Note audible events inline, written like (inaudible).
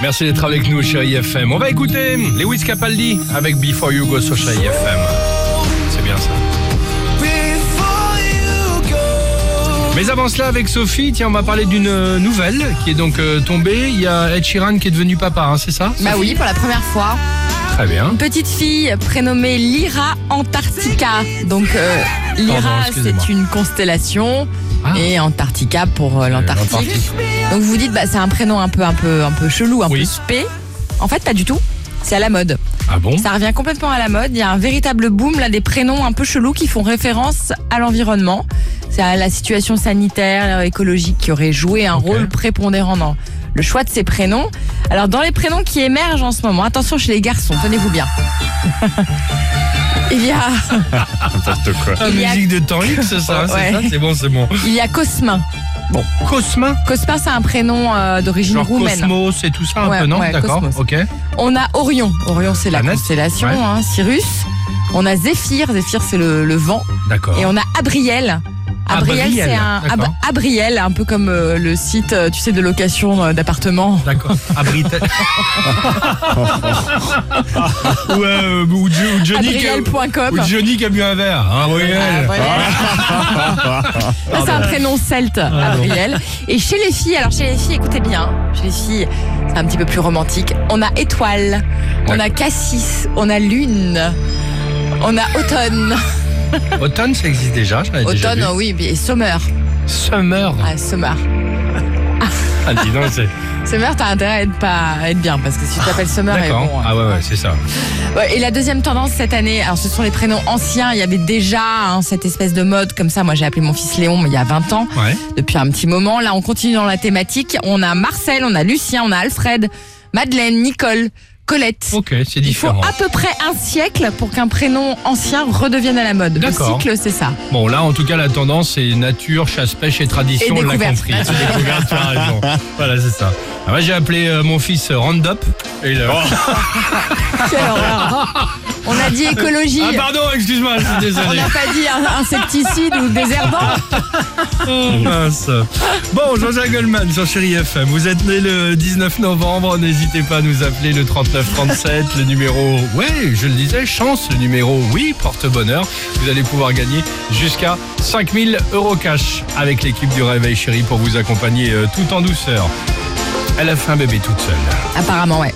Merci d'être avec nous, chérie FM. On va écouter Lewis Capaldi avec Before You Go sur chérie FM. C'est bien ça. Mais avant cela, avec Sophie, tiens, on va parler d'une euh, nouvelle qui est donc euh, tombée. Il y a Ed Sheeran qui est devenu papa, hein, c'est ça Bah oui, pour la première fois. Très bien. Une petite fille prénommée Lyra Antarctica. Donc euh, Pardon, Lyra, excusez-moi. c'est une constellation Ah. et Antarctica pour euh, l'Antarctique. l'Antarctique. Donc vous vous dites, bah, c'est un prénom un peu, un peu, un peu chelou, un Oui. peu spé. En fait, pas du tout. C'est à la mode. Ah bon Ça revient complètement à la mode. Il y a un véritable boom là des prénoms un peu chelous qui font référence à l'environnement. C'est à la situation sanitaire, euh, écologique qui aurait joué un Ok. rôle prépondérant dans le choix de ces prénoms. Alors dans les prénoms qui émergent en ce moment, attention chez les garçons, tenez-vous bien. (laughs) il y a N'importe quoi. La il y a- musique de temps X, c'est ça, hein, c'est Ouais. ça, c'est bon, c'est bon. il y a Cosmin. Bon, Cosma, Cosmin c'est un prénom euh, d'origine genre roumaine. Cosmos et tout ça, un Ouais, peu, non ouais, D'accord, Cosmos. ok. On a Orion. Orion c'est la Planète. constellation, Ouais. hein, Cyrus. On a Zéphyr. Zéphyr c'est le- le vent. D'accord. Et on a Abriel. Abriel, Abriel, c'est un Ab- d'accord. Abriel, un peu comme euh, le site, euh, tu sais, de location euh, d'appartements. D'accord. Abrita... (laughs) ou, euh, ou, Jo- ou Johnny, qui a, Abriel.com. ou Johnny qui a bu un verre. hein, voyez. Abriel. Ah, Ah. Ça, bah. c'est un prénom celte, Abriel. Et chez les filles, alors chez les filles, écoutez bien, chez les filles, c'est un petit peu plus romantique. On a étoile, on a cassis, on a lune, on a automne. Automne, ça existe déjà, j'en avais déjà Automne, vu. oui, mais- et summer. Summer. Ah, summer. Ah, dis donc, c'est... Summer, t'as intérêt à être, pas, à être bien, parce que si tu t'appelles summer, et D'accord. bon, euh, ah ouais, ouais, c'est ça. Ouais, et la deuxième tendance cette année, alors ce sont les prénoms anciens. Il y avait déjà hein, cette espèce de mode comme ça. Moi, j'ai appelé mon fils Léon mais il y a 20 ans, Ouais. depuis un petit moment. Là, on continue dans la thématique. On a Marcel, on a Lucien, on a Alfred, Madeleine, Nicole, Colette. Ok, c'est Il faut différent. à peu près un siècle pour qu'un prénom ancien redevienne à la mode. Le D'accord. cycle, c'est ça. Bon, là, en tout cas, la tendance, c'est nature, chasse, pêche et tradition. Et on l'a découverte. compris. C'est découverte, (laughs) tu as raison. Voilà, c'est ça. Ah, moi, j'ai appelé euh, mon fils euh, Roundup. Et il a- Oh. (laughs) Quelle horreur. On a dit écologie. Ah, pardon, excuse-moi, je suis on désolé. n'a pas dit un- insecticide ou désherbant. Oh, mince. Bon, Jean-Jacques Goldman sur Chéri FM. Vous êtes né le 19 novembre. N'hésitez pas à nous appeler le 3937, le numéro. Ouais, je le disais, chance, le numéro. Oui, porte-bonheur. Vous allez pouvoir gagner jusqu'à 5000 euros cash avec l'équipe du Réveil Chéri pour vous accompagner euh, tout en douceur. Elle a fait un bébé toute seule. Apparemment, ouais.